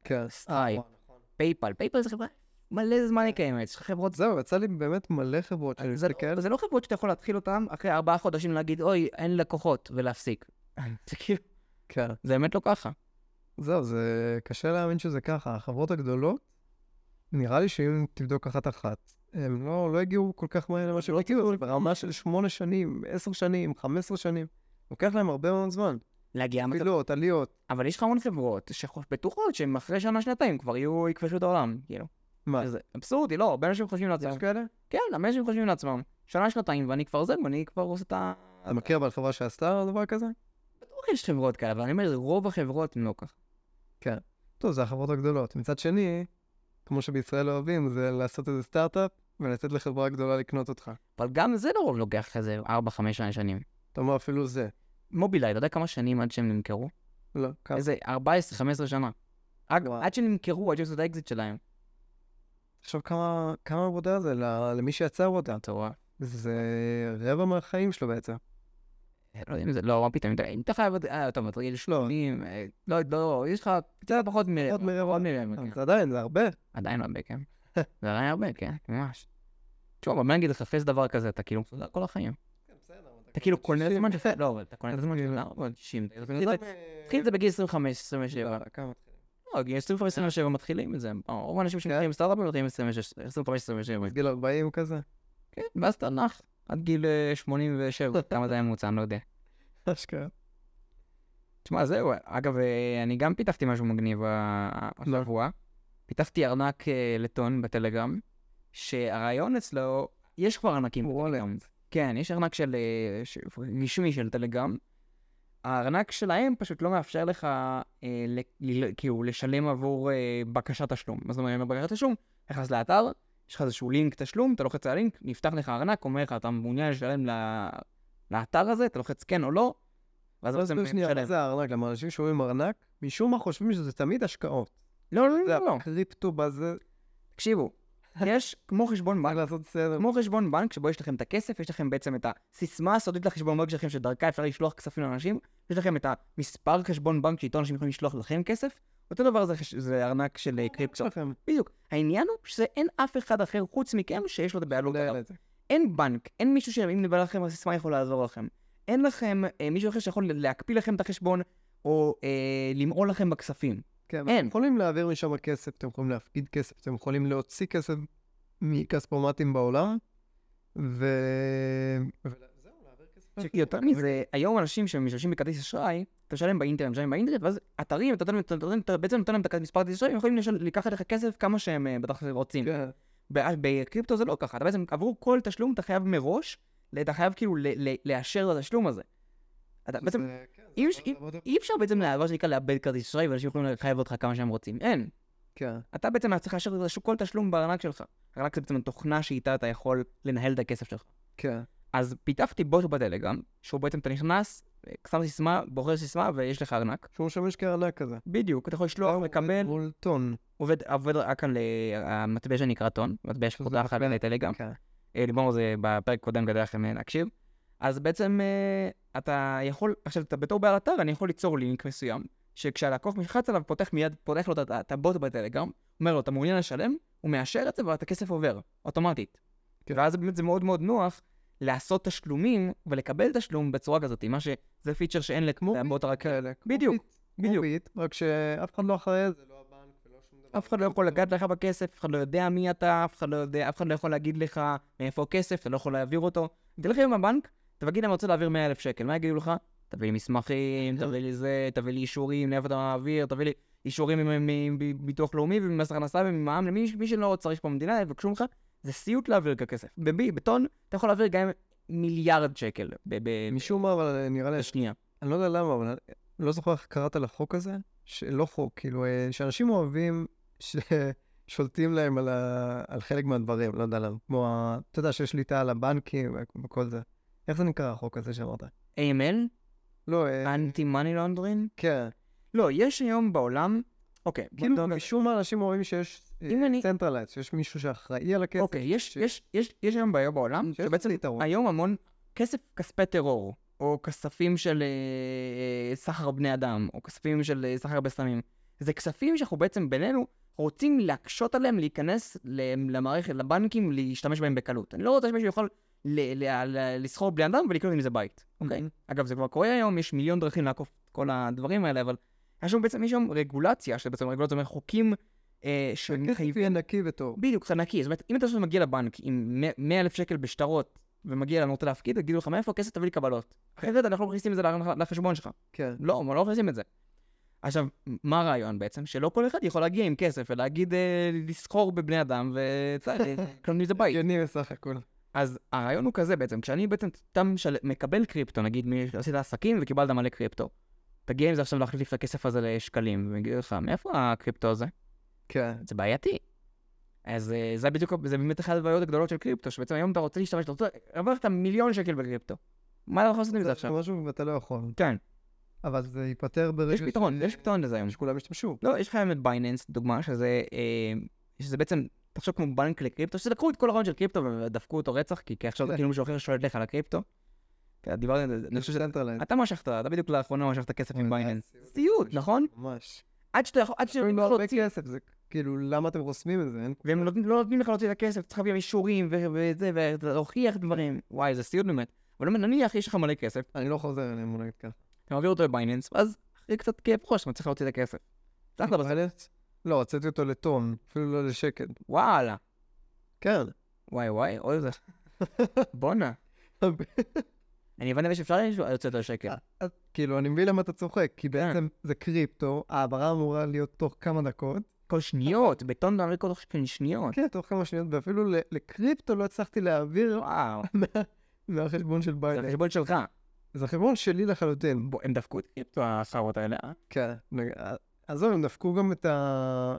כן.
סטייל, פייפל, פייפל זה חברה מלא זמן היא קיימת, יש לך חברות
זהו, יצא לי באמת מלא חברות שאני
זה,
מסתכל.
זה לא חברות שאתה יכול להתחיל אותן אחרי ארבעה חודשים להגיד, אוי, אין לי לקוחות, ולהפסיק. זה כאילו,
כן.
זה באמת לא ככה.
זהו, זה קשה להאמין שזה ככה. החברות הגדולות, נראה לי שאם תבדוק אחת-אחת, הם לא, לא הגיעו כל כך מהר למה שהם הגיעו, ברמה של שמונה שנים, עשר שנים, חמש עשרה שנים. לוקח להם הרבה מאוד זמן.
להגיע למצב...
פעילות, עליות.
אבל יש לך המון חברות שבטוחות שהן אחרי שנה-שנתיים כבר יהיו, יכבשו את העולם, כאילו.
מה,
זה אבסורדי, לא, הרבה אנשים חושבים לעצמם.
יש כאלה?
כן, הרבה אנשים חושבים לעצמם. שנה-שנתיים, ואני כבר זה, ואני כבר עושה את ה...
אתה מכיר אבל חברה שעשתה דבר כזה?
בטוח יש חברות כאלה, אבל אני אומר, רוב החברות הן לא ככה.
טוב, זה החברות הגדולות. מצד שני, כמו שבישראל אוהבים, זה לעשות איזה סטארט-אפ ולתת לחברה גדולה לקנות אותך.
אבל גם זה לרוב לוקח כזה 4-5 שנים.
אתה אומר אפילו זה.
מובילאיי, אתה יודע כמה שנים עד שהם נמכרו?
לא, כמה?
איזה 14-15 שנה. עד-
וואו.
עד שנמכרו, עד שעשו את האקזיט שלהם.
עכשיו כמה, כמה עבודה זה ל- למי שיצר אותה.
מטורף.
זה רבע מהחיים שלו בעצם.
לא יודע אם זה, לא, מה פתאום, אתה- אם אתה חייב, אה, טוב, אתה רגיל שלונים, אה, לא, לא, יש לך קצת פחות מרבע.
פחות מרבע.
פחות מרבע,
אבל
כן.
זה עדיין, זה הרבה.
עדיין לא הרבה, כן. זה עדיין הרבה, כן, ממש. תשמע, אבל מה נגיד לחפש דבר כזה, אתה כאילו מסודר כל החיים.
כן,
אתה כאילו קונה זמן שלך, לא, אבל אתה קונה זמן שלך, אבל 60. לא, מתחיל את זה בגיל 25, 27.
אה,
לא, גיל 25, 27 מתחילים את זה. רוב האנשים שמתחילים סטארט-אפים מתחילים 26, 25, 27.
גיל 40 כזה.
כן, ואז אתה נח עד גיל אה, 87, כמה זה היה ממוצע, אני לא יודע.
אשכרה.
תשמע, זהו. אגב, אה, אני גם פיתחתי משהו מגניב אה, השבוע. פיתחתי ארנק אה, לטון בטלגרם, שהרעיון אצלו, יש כבר ארנקים
וואלה.
בטלגרם. כן, יש ארנק של... אה, ש- רשמי של טלגרם. הארנק שלהם פשוט לא מאפשר לך, אה, ל- ל- כאילו, לשלם עבור אה, בקשת תשלום. מה זאת אומרת, בקשת תשלום, נכנס לאתר, יש לך איזשהו לינק תשלום, אתה לוחץ על הלינק, נפתח לך ארנק, אומר לך, אתה מעוניין לשלם ל- לאתר הזה, אתה לוחץ כן או לא, ואז
לא,
אתה
זה שנייה, מה
משלם.
זה הארנק? למה אנשים שאומרים ארנק, משום מה חושבים שזה תמיד השקעות.
לא, לא,
זה
לא, לא.
הקריפטו בזה,
תקשיבו, יש כמו חשבון
צריך
בנק,
לעשות סדר.
כמו חשבון בנק שבו יש לכם את הכסף, יש לכם בעצם את הסיסמה הסודית לחשבון בנק שלכם שדרכה אפשר לשלוח כספים לאנשים, יש לכם את המספר חשבון בנק שאיתו אנשים יכולים לשלוח לכם כסף, אותו דבר זה, חש- זה ארנק של אה, קריפטו.
שלכם.
בדיוק. העניין הוא שזה אין אף אחד אחר חוץ מכם שיש לו את הבעלות
לא
עליו.
יעלה את זה.
אין בנק, אין מישהו שאם נדבר לכם הסיסמה יכול לעזור לכם. אין לכם אה, מישהו אחר שיכול להקפיא לכם את החשבון, או אה, למעול לכם בכספים.
כן, אבל
אין.
אתם יכולים להעביר משם כסף, אתם יכולים להפקיד כסף, אתם יכולים להוציא כסף מכספומטים בעולם, ו... וזהו, להעביר כסף.
יותר מזה, היום אנשים שמשתמשים בכרטיס אשראי, אתה משלם באינטרנט, משלם באינטרנט, ואז אתרים, אתה נותן להם- אתה נותן- אתה בעצם נותן להם את מספר כרטיס אשראי, הם יכולים לשל- לקחת לך כסף כמה שהם אה, בטח רוצים.
כן.
ב- בקריפטו זה לא ככה, אתה בעצם עבור כל תשלום אתה חייב מראש, אתה חייב כאילו ל- ל- לאשר את התשלום הזה. אתה בעצם,
זה- כן, זה
אם-
עבודה- עבודה-
אי אפשר בעצם, לה- מה שנקרא, לאבד כרטיס אשראי, ואנשים יכולים לחייב אותך כמה שהם רוצים. אין.
כן.
אתה בעצם צריך לאשר את כל תשלום בארנק שלך. ארנק זה בעצם התוכנה שאיתה אתה יכול לנהל את הכסף שלך.
כן.
אז פיתחתי בוט בטלגרם, שהוא בעצם אתה נכנס, שם סיסמה, בוחר סיסמה ויש לך ארנק.
שהוא משמש כארנק כזה.
בדיוק, אתה יכול לשלוח, לקבל,
מול טון.
עובד, עובד רק על אה, המטבע שנקרא טון, מטבע שפותח על אה, טלגרם.
כן.
אה, דיברנו על זה בפרק הקודם כדי לכם אה, להקשיב. אז בעצם אה, אתה יכול, עכשיו אתה בתור בעל אתר, אני יכול ליצור לינק מסוים, שכשהלקוח נלחץ עליו, פותח מיד, פותח לו את ה- את הבוט בטלגרם, אומר לו, אתה מעוניין לשלם? הוא מאשר את זה והכסף עובר, אוטומטית.
כן.
ואז באמת זה מאוד מאוד נוח לעשות תשלומים ולקבל תשלום בצורה כזאת, מה שזה פיצ'ר שאין לבוט הרק...
כאלה. כמו
בדיוק,
ביט, כמו
בדיוק.
ביט, כן, רק שאף אחד לא אחראי, זה לא הבנק ולא שום דבר.
אף אחד לא יכול לגעת לך בכסף, אף אחד לא יודע מי אתה, אף אחד לא יודע, אף אחד לא יכול להגיד לך מאיפה הכסף, אתה לא יכול להעביר אותו. תלך עם הבנק, תגיד להם, אני רוצה להעביר 100,000 שקל, מה יגידו לך? תביא לי מסמכים, תביא לי זה, תביא לי אישורים, לאיפה אתה מעביר, תביא לי אישורים מ- מ- מביטוח לאומי וממס הכנסה וממע"מ, למי מי שלא צריך פה במדינה, יבקשו ממך, זה סיוט להעביר את הכסף. בבי, בטון, אתה יכול להעביר גם מיליארד שקל ב- ב-
משום מה, אבל אה, נראה לי,
בשנייה.
אני לא יודע למה, אבל אני לא זוכר איך קראת לחוק הזה, שלא חוק, כאילו, אה, שאנשים אוהבים, ששולטים להם על, ה... על חלק מהדברים, לא יודע למה. כמו, ה... אתה יודע, שיש שליטה על הבנקים וכל זה. איך זה נקרא החוק הזה שאמרת?
AML,
לא, אה,
אנטי מאני לונדרין?
כן.
לא, יש היום בעולם, אוקיי, בוא
כאילו,
נדבר על זה.
משום מה אנשים אוהבים שיש
אם אני-
צנטרלייט, שיש מישהו שאחראי על הכסף.
אוקיי, יש,
ש-
יש, יש, יש היום בעיה בעולם,
שיש
שבעצם
לזה יתרון.
היום המון כסף, כספי טרור, או כספים של אה, אה, סחר בני אדם, או כספים של אה, סחר בסמים, זה כספים שאנחנו בעצם בינינו רוצים להקשות עליהם להיכנס ל- למערכת, לבנקים, להשתמש בהם בקלות. אני לא רוצה שמישהו יכול ל- ל- ל- לסחור בני אדם ולקנות עם זה בית, אוקיי?
מהמם.
אגב, זה כבר קורה היום, יש מיליון דרכים לעקוף את כל הדברים האלה, אבל יש שם בעצם, יש שם רגולציה, שבעצם רגולציה אומרת חוקים אה,
שהכסף
שמחייבים...
יהיה נקי וטוב.
בדיוק, זה נקי. זאת אומרת, אם אתה עכשיו מגיע לבנק עם 100 אלף שקל בשטרות, ומגיע לנו רוצה להפקיד, יגידו לך, מאיפה הכסף? תביא לי קבלות. אחרת אנחנו לא מכניסים את זה ל- לחשבון שלך.
כן.
לא, לא מכניסים את זה. עכשיו, מה הרעיון בעצם? שלא כל אחד יכול להגיע עם כסף ולהגיד, אה, לסחור בבני אדם, וקנו לי זה בית.
הגיוני בסך הכל.
אז הרעיון הוא כזה בעצם, כשאני בעצם תם של... מקבל קריפטו, נגיד מי עשית עסקים וקיבלת מלא קריפטו, תגיע עם זה עכשיו להחליף את הכסף הזה לשקלים, ויגידו לך, מאיפה הקריפטו הזה?
כן.
זה בעייתי. אז אה, זה בדיוק, זה באמת אחת הבעיות הגדולות של קריפטו, שבעצם היום אתה רוצה להשתמש, אתה רוצה להרוויח את המיליון שקל בקריפטו. מה אתה יכול לעשות עם זה עכשיו?
משהו ואתה לא יכול.
כן,
אבל זה ייפתר ברגע
יש פתרון,
ש-
יש פתרון לזה היום.
שכולם ישתמשו.
לא, יש לך היום את בייננס, דוגמה, שזה אה, שזה בעצם, תחשוב כמו בנק לקריפטו, שזה לקחו את כל הרעיון של קריפטו ודפקו אותו רצח, כי כי עכשיו זה
כן.
כאילו מישהו אחר שולט לך על הקריפטו. כן, דיברתי על זה, אני חושב אה, שזה...
צנטרלנד.
אתה משכת, אתה בדיוק לאחרונה משכת כסף
אוי,
עם
זה היה
בייננס.
סיוט.
סיוט, נכון? לא
ממש.
עד שאתה יכול, עד שאתה יכול
אין לו הרבה
להוציא
כסף, זה כאילו, למה אתם חוסמים את זה? אין-
והם לא, לא נותנים לך להוציא את הכסף, צריך להביא אישורים ו- וזה, ולהוכיח דברים. וואי, זה סיוט באמת. אבל באמת, נניח יש לך מלא כסף,
אני לא חוזר אליהם, בוא נגיד ככה.
אתה מעביר אותו לבייננס, ואז אחרי קצת כאב ראש, אתה צריך להוציא את הכסף. צריך לבז...
בייננס? לא, הוצאתי אותו לטון, אפילו לא לשקל.
וואלה.
כן.
וואי וואי, אוי זה. בואנה. אני הבנתי שאפשר לצאת על שקל.
אז כאילו, אני מבין למה אתה צוחק,
כן.
כי בעצם זה קריפטו, ההעברה אמורה להיות תוך כמה דקות.
כל שניות, בטון מעביר כל שכן שניות.
כן, תוך כמה שניות, ואפילו ל- לקריפטו לא הצלחתי להעביר
וואו,
מה- מהחשבון של
זה
בייננס.
החשבון שלך.
זה חשבון שלי לחלוטין.
בוא, הם דפקו את קריפטו הסערות האלה, אה?
כן. נג- אה, עזוב, הם דפקו גם את ה...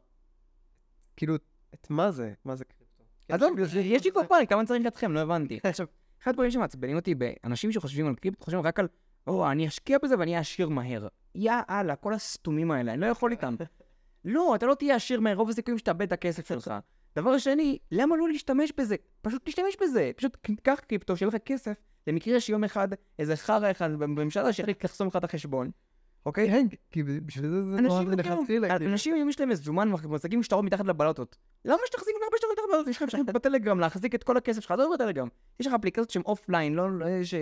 כאילו, את מה זה? מה זה קריפטו? כן,
עזוב, יש לי כבר פאנק, כמה צריך אתכם? לא הבנתי. עכשיו, אחד הדברים שמעצבנים אותי באנשים שחושבים על קריפטו, חושבים רק על, או, אני אשקיע בזה ואני אהיה עשיר מהר. יאללה, כל הסתומים האלה, אני לא יכול איתם. לא, אתה לא תהיה עשיר מהר, רוב הסיכויים שתאבד את הכסף שלך. דבר שני, למה לא להשתמש בזה? פשוט תשתמש בזה. פשוט קח קריפטו, שיהיה לך כסף, למקרה שיום אחד איזה חרא אחד בממשלה שיחליט לחסום לך את החשבון, אוקיי?
כן, כי בשביל זה זה נורא
אנשים
מלכתחילה.
כאילו,
כאילו.
אנשים היום יש להם מזומן, מחזיקים שטרות מתחת לבלטות. למה שתחזיקו הרבה שטרות מתחת לבלטות? יש לך אפשרות בטלגרם להחזיק את כל הכסף שלך, עזוב בטלגרם. יש לך אפליקציות שהן אופליין, לא, לא- ש...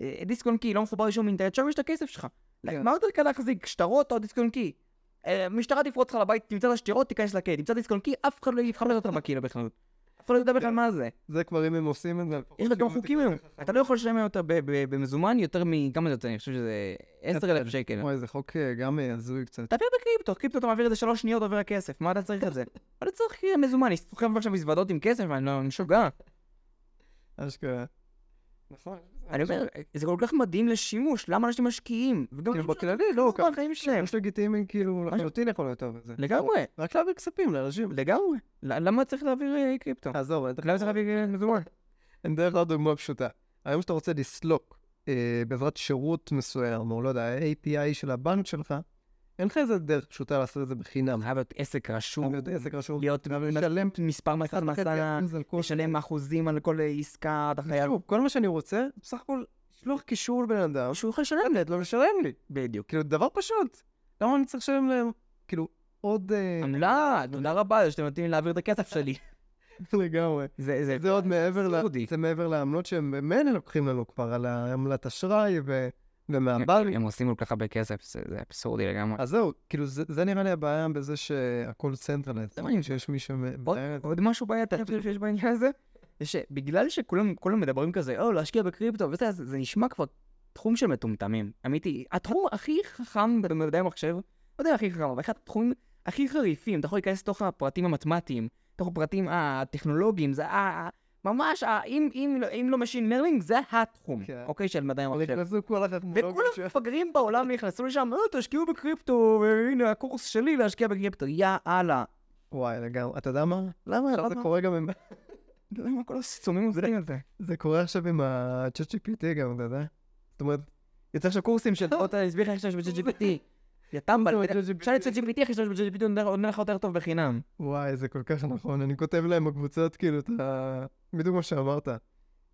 אה, דיסק און קי לא מחובר לשום אינטרנט, שם יש את הכסף שלך.
כן.
מה יותר קל להחזיק, שטרות או דיסק און קי? אה, המשטרה תפרוץ לך לבית, תמצא את השטרות, תיכנס לכלא, תמצא דיסק און קי, אף אחד לא יבחר אותך בקהילה בכלל. אף אחד לא יודע
כן.
בכלל מה זה.
זה כבר אם הם עושים את זה.
יש לך גם חוקים היום. אתה לא יכול לשלם יותר ב- ב- במזומן יותר מכמה זה יוצא, אני חושב שזה 10,000 שקל.
וואי, זה חוק אה, גם אה, הזוי קצת.
תעביר בקריפטו, קריפטו אתה מעביר את זה שלוש שניות עובר הכסף, מה אתה צריך את זה? אבל אתה צריך כאילו מזומן, אני סוחב עכשיו מזוודות עם כסף, אני לא אני משוגע.
אשכרה. נכון.
אני אומר, זה כל כך מדהים לשימוש, למה אנשים משקיעים? וגם
כאילו,
אנשים
בכללי,
שלא
לא,
עשו
כמה-
בחיים שלהם.
שימוש לגיטימי, כאילו, לחלוטין יכול להיות טוב את זה.
לגמרי,
רק להעביר כספים לאנשים.
לגמרי. ל- למה צריך להעביר אה, קריפטו?
עזוב, אני אתן לך-
למה צריך להעביר אה, מזומן?
אני אתן לך עוד דוגמה פשוטה. היום שאתה רוצה לסלוק אה, בעזרת שירות מסוים, או לא יודע, ה-API של הבנק שלך, אין לך איזה דרך פשוטה לעשות את זה בחינם.
חייב להיות עסק רשום,
להיות עסק רשום,
אה, להיות
לשלם
מספר מסד
1.5%
מסנה,
כן, על כל...
לשלם אחוזים על כל אה, עסקה, אתה חייב...
שוב, כל מה שאני רוצה, בסך הכל, לשלוח קישור לבן אדם,
שהוא יכול לשלם,
לא לשלם לי.
בדיוק.
כאילו, דבר פשוט. למה אני צריך לשלם להם, כאילו, עוד... אה,
עמלה, תודה רבה על שאתם נותנים לי להעביר את הכסף שלי. לא-
לגמרי.
זה, זה,
זה עוד מעבר,
אבסורדי.
ל... זה מעבר לעמלות שהם ממילא לוקחים לנו כבר, על העמלת אשראי ו... ומהבנק.
הם עושים כל כך הרבה כסף, זה זה אבסורדי לגמרי.
אז זהו, כאילו, זה, זה נראה לי הבעיה בזה שהכל צנטרלנט.
זה מעניין.
שיש מי
עוד-
שמנהל את זה.
עוד משהו בעייתי אני חושב שיש בעניין הזה, זה שבגלל שכולם כולם מדברים כזה, או להשקיע בקריפטו וזה, אז זה נשמע כבר תחום של מטומטמים. אמיתי, התחום הכי חכם במדעי המחשב, לא יודע הכי חכם, אבל אחד התחומים הכי חריפים, אתה יכול להיכנס לתוך הפרטים המתמטיים, לתוך הפרטים הטכנולוגיים, זה ה- ה... ממש, ה- אם- אם לא- אם לא machine learning, זה התחום,
כן.
אוקיי, של מדעי המחשב.
נכנסו כל החכמולוגים
וכל
ש-
המפגרים בעולם נכנסו לשם, "אה, תשקיעו בקריפטו, והנה הקורס שלי להשקיע בקריפטו, יא אללה.
וואי, לגמרי. אתה יודע מה?
למה,
עכשיו זה קורה גם עם...
למה כל הסתומים עושים את זה?
זה קורה עכשיו עם ה-chat GPT גם, אתה יודע? זאת אומרת,
יוצא עכשיו קורסים של בוא תסביר לך איך להשתמש ב-GPT. יא טמבל,
זה
אתה יודע,
ב-ChatGPT.
תשאל את ChatGPT איך להשתמש ב-GPT, הוא עונה לך יותר טוב בחינם.
וואי, זה כל כך נכון. אני כותב להם בקבוצות, כאילו, את ה... בדיוק מה שאמרת.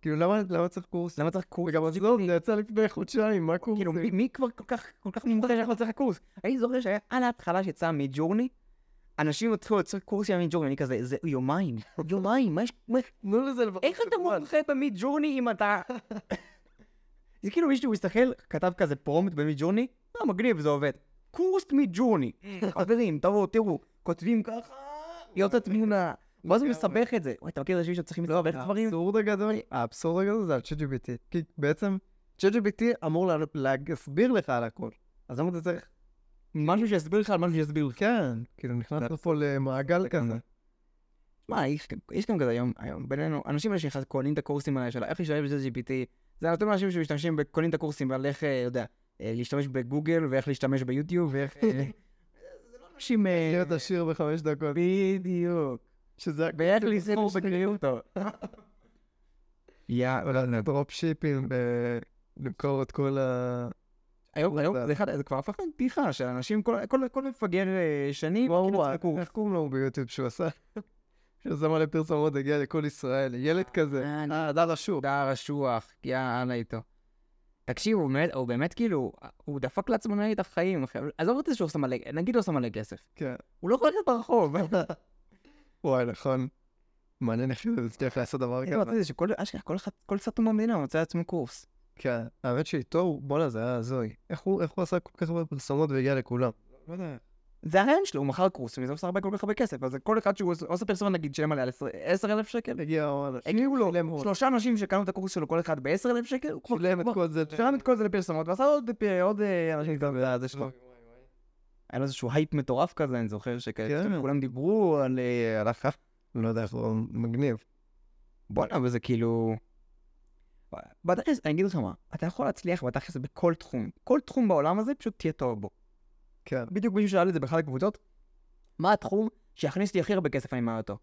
כאילו, למה למה צריך קורס?
למה צריך קורס?
וגם עזוב, זה יצא לפני חודשיים, מה קורס?
כאילו, מי מי כבר כל כך, כל כך מומחה שאנחנו צריך קורס? אני זוכר שהיה על ההתחלה שיצא מג'ורני, אנשים התחילו לעשות קורס עם מג'ורני, אני כזה, זה יומיים, יומיים, מה יש... מה-
תנו לזה לבחור
איך אתה מומחה במידג'ורני אם אתה... זה כאילו מישהו מסתכל, כתב כזה פרומט במידג'ורני, אה, מגניב, זה עובד. קורס מידג'ורני. חברים, תבואו, תראו, כותבים ככה, יוצא תמונה. מה זה מסבך את זה? וואי, אתה מכיר אנשים שצריכים לסבך דברים?
האבסורד הגדול, האבסורד הגדול זה על ChatGPT. כי בעצם, ChatGPT אמור לה- להסביר לך על הכל. אז למה אתה צריך...
משהו שיסביר לך על משהו שיסביר לך.
כן, כאילו, נכנסנו פה למעגל כזה.
אה, מה, יש גם- יש גם כזה היום, היום בינינו, אנשים אלה שאחד קונים את הקורסים האלה של איך להשתמש בזה GPT, זה נותן לאנשים שמשתמשים, ב- קונים את הקורסים על איך, אה, יודע, אה, להשתמש בגוגל ואיך להשתמש ביוטיוב ואיך... אה, זה לא אנשים... אה,
להיות עשיר בחמש דקות.
בדיוק.
שזה...
ואיך לסחור בקריפטו. יא,
דרופ שיפים, למכור את כל ה...
היום, היום,
זה-
זה אחד- זה כבר הפך לבדיחה של אנשים, כל- כל- כל מפגר אה, שני,
וואו,
כאילו,
וואו,
צריך קורס.
איך קוראים לו לא ביוטיוב שהוא עשה? שהוא שם עליהם פרסומות, הגיע לכל ישראל, ילד כזה.
אה, אני-
אה, הדר אשור.
דער אשוח, יאללה איתו. תקשיב, הוא באמת, הוא באמת כאילו, הוא דפק לעצמו נגיד את החיים, אחי. עזוב את זה שהוא שם מלא, נגיד הוא שם מלא כסף.
כן.
הוא לא יכול ללכת ברחוב.
וואי, נכון. מעניין איך הוא הצליח לעשות דבר
אני רוצה
כזה.
זה שכל, אשכרה, כל אחד- כל סתום במדינה מצא לעצמו קורס.
כן, האמת שאיתו, הוא- בואנה, זה היה הזוי. איך הוא איך הוא עשה כל כך הרבה פרסומות והגיע לכולם? לא יודע.
זה הרעיון שלו, הוא מכר קורס, וזה עושה הרבה כל כך הרבה כסף. אז כל אחד שהוא עושה- עושה פרסומת, נגיד, שהם עליה 10,000 שקל,
הגיע עוד
הגיעו לו
שילם עוד.
שלושה אנשים שקנו את הקורס שלו, כל אחד ב-10,000 שקל, הוא כבר
כן. שילם את
כבר-
כל זה.
שילם את כל זה לפרסומות, ועשה עוד פ- עוד, אה, אנשים כאן, זה שלו.
וואי,
היה לו איזשהו הייפ מטורף כזה, אני זוכר
כן.
שכולם דיברו על אה, על הכף.
לא יודע איך הוא מגניב.
בואנה, אבל זה כאילו... בתכלס, אני אגיד לך מה, אתה יכול להצליח בתכלס בכל תחום. כל תחום בעולם הזה, פשוט תהיה טוב בו.
כן.
בדיוק מישהו שאל את זה באחת הקבוצות, מה התחום שיכניס לי הכי הרבה כסף אני מעלה אותו?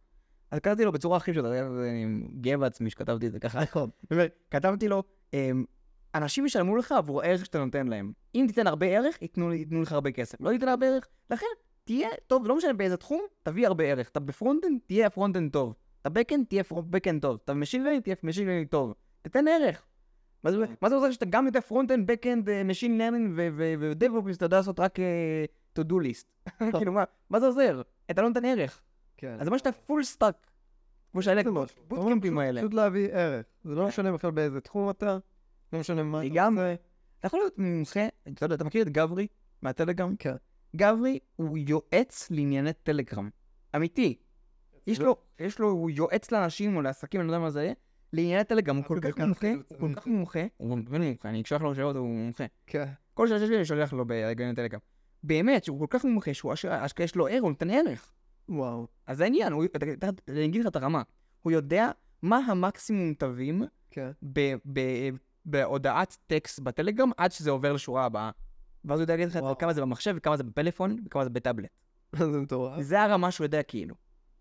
אז קראתי לו בצורה הכי פשוטה, אני גאה בעצמי שכתבתי את זה ככה.
נכון.
באמת, כתבתי לו, אמ, אנשים ישלמו לך עבור הערך שאתה נותן להם. אם תיתן הרבה ערך, ייתנו, ייתנו לך הרבה כסף. לא תיתן הרבה ערך, לכן תהיה טוב, לא משנה באיזה תחום, תביא הרבה ערך. אתה בפרונטן, תהיה פרונטן טוב. אתה בקן, תהיה בקן טוב. אתה משילני, תהיה משילני טוב. תתן ערך. מה זה, מה זה עוזר שאתה גם יודע פרונטן, בקאנד, משין לרנינג ודבופיס, אתה יודע לעשות רק to do list. כאילו מה, מה זה עוזר? אתה לא נותן ערך.
כן.
אז זה מה שאתה פול סטאק. כמו שאלה,
זה משהו.
בוטקאמפים האלה. אה.
פשוט להביא ערך. זה לא משנה בכלל באיזה תחום אתה, לא משנה מה אתה
לגמרי.
עושה.
אתה יכול להיות מומחה, אתה יודע, אתה מכיר את גברי מהטלגרם?
כן.
גברי הוא יועץ לענייני טלגרם. אמיתי. יש לו, יש לו, הוא יועץ לאנשים או לעסקים, אני לא יודע מה זה יהיה, לענייני טלגרם, הוא כל
אפילו
כך
ככה
מומחה,
הוא
הוא כל כך מומחה, הוא באמת מומחה, אני אשלח לו שאלות, הוא מומחה.
כן.
כל שאלה שיש לי אני שולח לו בענייני טלגרם. באמת, שהוא כל כך מומחה, שהוא אשכרה אשכרה יש לו ערך, הוא נותן ערך.
וואו.
אז זה העניין, הוא- אתה- אתה- אני אגיד לך את הרמה. הוא יודע מה המקסימום תווים
כן.
ב- ב- בהודעת טקסט בטלגרם עד שזה עובר לשורה הבאה. ואז הוא יודע להגיד לך את זה,
וואו.
כמה זה במחשב וכמה זה בפלאפון וכמה זה בטאבלט.
זה מטורף.
זה הרמה שהוא יודע כאילו.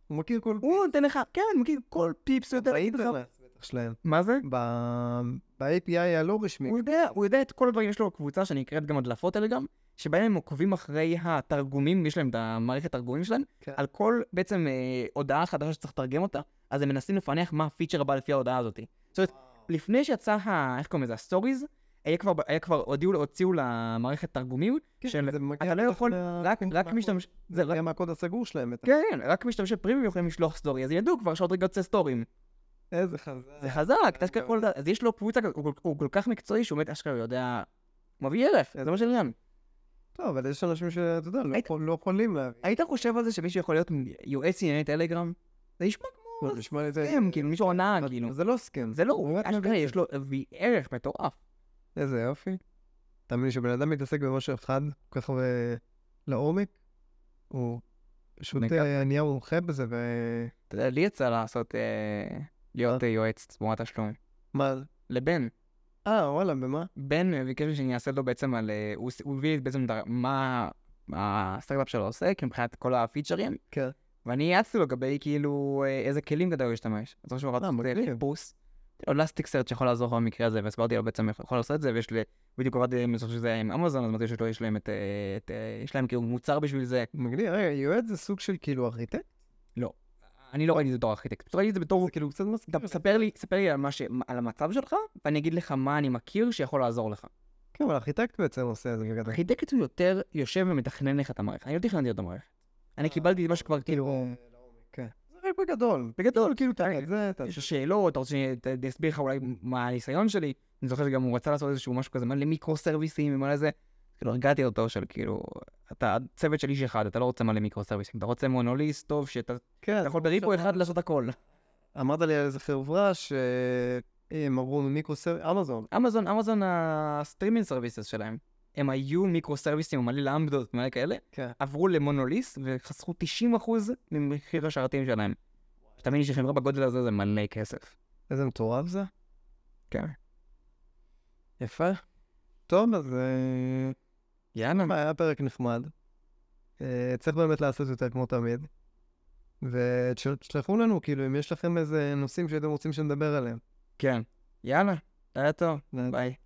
הוא מכיר כל...
הוא נותן לך, כן, מכיר כל פיפס הוא יודע להגיד לך.
באינטרנט בטח שלהם.
מה זה?
ב- ב-API הלא רשמי.
הוא יודע, הוא יודע את כל הדברים, יש לו קבוצה שנקראת גם הדלפות טלגרם, שבהם הם עוקבים אחרי התרגומים, יש להם את המערכת תרגומים שלהם,
כן.
על כל בעצם אה, הודעה חדשה שצריך לתרגם אותה, אז הם מנסים לפענח מה הפיצ'ר הבא לפי ההודעה הזאת. לפני שיצא, ה... איך קוראים לזה, הסטוריז, היה כבר, היה כבר, הודיעו, הוציאו למערכת תרגומים, של-
כן, זה מגיע
אתה לא
בתוך
יכול,
מה-
רק, רק
מהקוד.
משתמש...
זה
זה רק...
מגיע מהקוד הסגור שלהם. בטח.
כן, כן, רק משתמשי פרימיום יכולים לשלוח סטורי, אז ידעו כבר שעוד רגע יוצא סטורים.
איזה אה, חזק.
כן. זה חזק, אתה אשכרה
גם-
יכול לדעת, אז יש לו פרוצה, כזאת, הוא כל- הוא כל כך מקצועי שהוא באמת אשכרה יודע... הוא מביא ערך, זה לא מה שאני
טוב, אבל יש אנשים שאתה יודע, לא
היית-
יכול- לא יכולים להבין.
היית חושב על זה שמישהו יכול להיות יועץ ענייני טלגרם? זה נשמע כמו
זה נשמע לי זה...
סכם, כאילו מישהו עונה, כאילו.
זה לא סכם.
זה לא, הוא
באמת
אשכרה
מבין.
יש לו הביא ערך מטורף.
איזה יופי. תאמין לי, שבן אדם מתעסק במשהו אחד, כל כך הרבה לעומק, הוא פשוט
נקה.
אה, נהיה מומחה בזה, ו-
אתה יודע, לי יצא לעשות, אה, להיות אה, יועץ תמורת תשלום.
מה?
לבן.
אה, וואלה, במה?
בן אה, ביקש שאני אעשה לו בעצם על... אה, הוא ס- הוא הביא לי בעצם דר- מה הסטארט-אפ שלו עושה, כי מבחינת כל הפיצ'רים.
כן.
ואני יעצתי לו לגבי כאילו אה, איזה כלים כדאי הוא ישתמש. אז עכשיו הוא רץ
אה, מגניב.
חיפוש. או לסטיק סרט שיכול לעזור לך במקרה הזה, והסברתי לו בעצם איך הוא יכול לעשות את זה, ויש לי... בדיוק עבדתי עם זה שזה היה עם אמזון, אז אמרתי שלא יש להם את... אה, את, אה, יש להם כאילו מוצר בשביל זה.
מגניב, רגע, יועץ זה סוג של כאילו ארכיטקט?
אני לא ראיתי את זה בתור ארכיטקט, פשוט ראיתי את זה בתור...
זה כאילו קצת מזכיר.
אתה ספר לי, ספר לי על, מה ש... על המצב שלך, ואני אגיד לך מה אני מכיר שיכול לעזור לך.
כן, אבל ארכיטקט בעצם עושה את זה בגדול.
ארכיטקט הוא יותר יושב ומתכנן לך את המערכת. אני לא תכננתי את המערכת. אני
אה,
קיבלתי את מה שכבר כאילו...
כן. זה רק בגדול.
בגדול, כאילו, אתה...
כן, זה... אתה-
יש לך שאלות, אתה רוצה שאני את- אני אסביר לך אולי מה הניסיון שלי? אני זוכר שגם הוא רצה לעשות איזשהו משהו כזה, מלא מיקרו סרוויסים ומלא זה. כאילו, הרגעתי אותו של כאילו, אתה צוות של איש אחד, אתה לא רוצה מלא מיקרו סרוויסים, אתה רוצה מונוליסט טוב, שאתה אתה
כן.
יכול בריפו אחד לעשות הכל.
אמרת לי על איזה חברה שהם עברו ממיקרו סר... אמזון.
אמזון, אמזון הסטרימינג סרוויסס שלהם, הם היו מיקרו סרוויסים, מלא לעמדות, מלא כאלה,
כן.
עברו למונוליס וחסכו 90% ממחיר השרתים שלהם. תאמין לי שחברה בגודל הזה זה מלא כסף.
איזה מטורף זה.
כן.
יפה. טוב, אז אה,
יאללה.
מה, היה פרק נחמד. אה, צריך באמת לעשות יותר כמו תמיד. ותשלחו לנו, כאילו, אם יש לכם איזה נושאים שהייתם רוצים שנדבר עליהם.
כן. יאללה. היה טוב. ביי.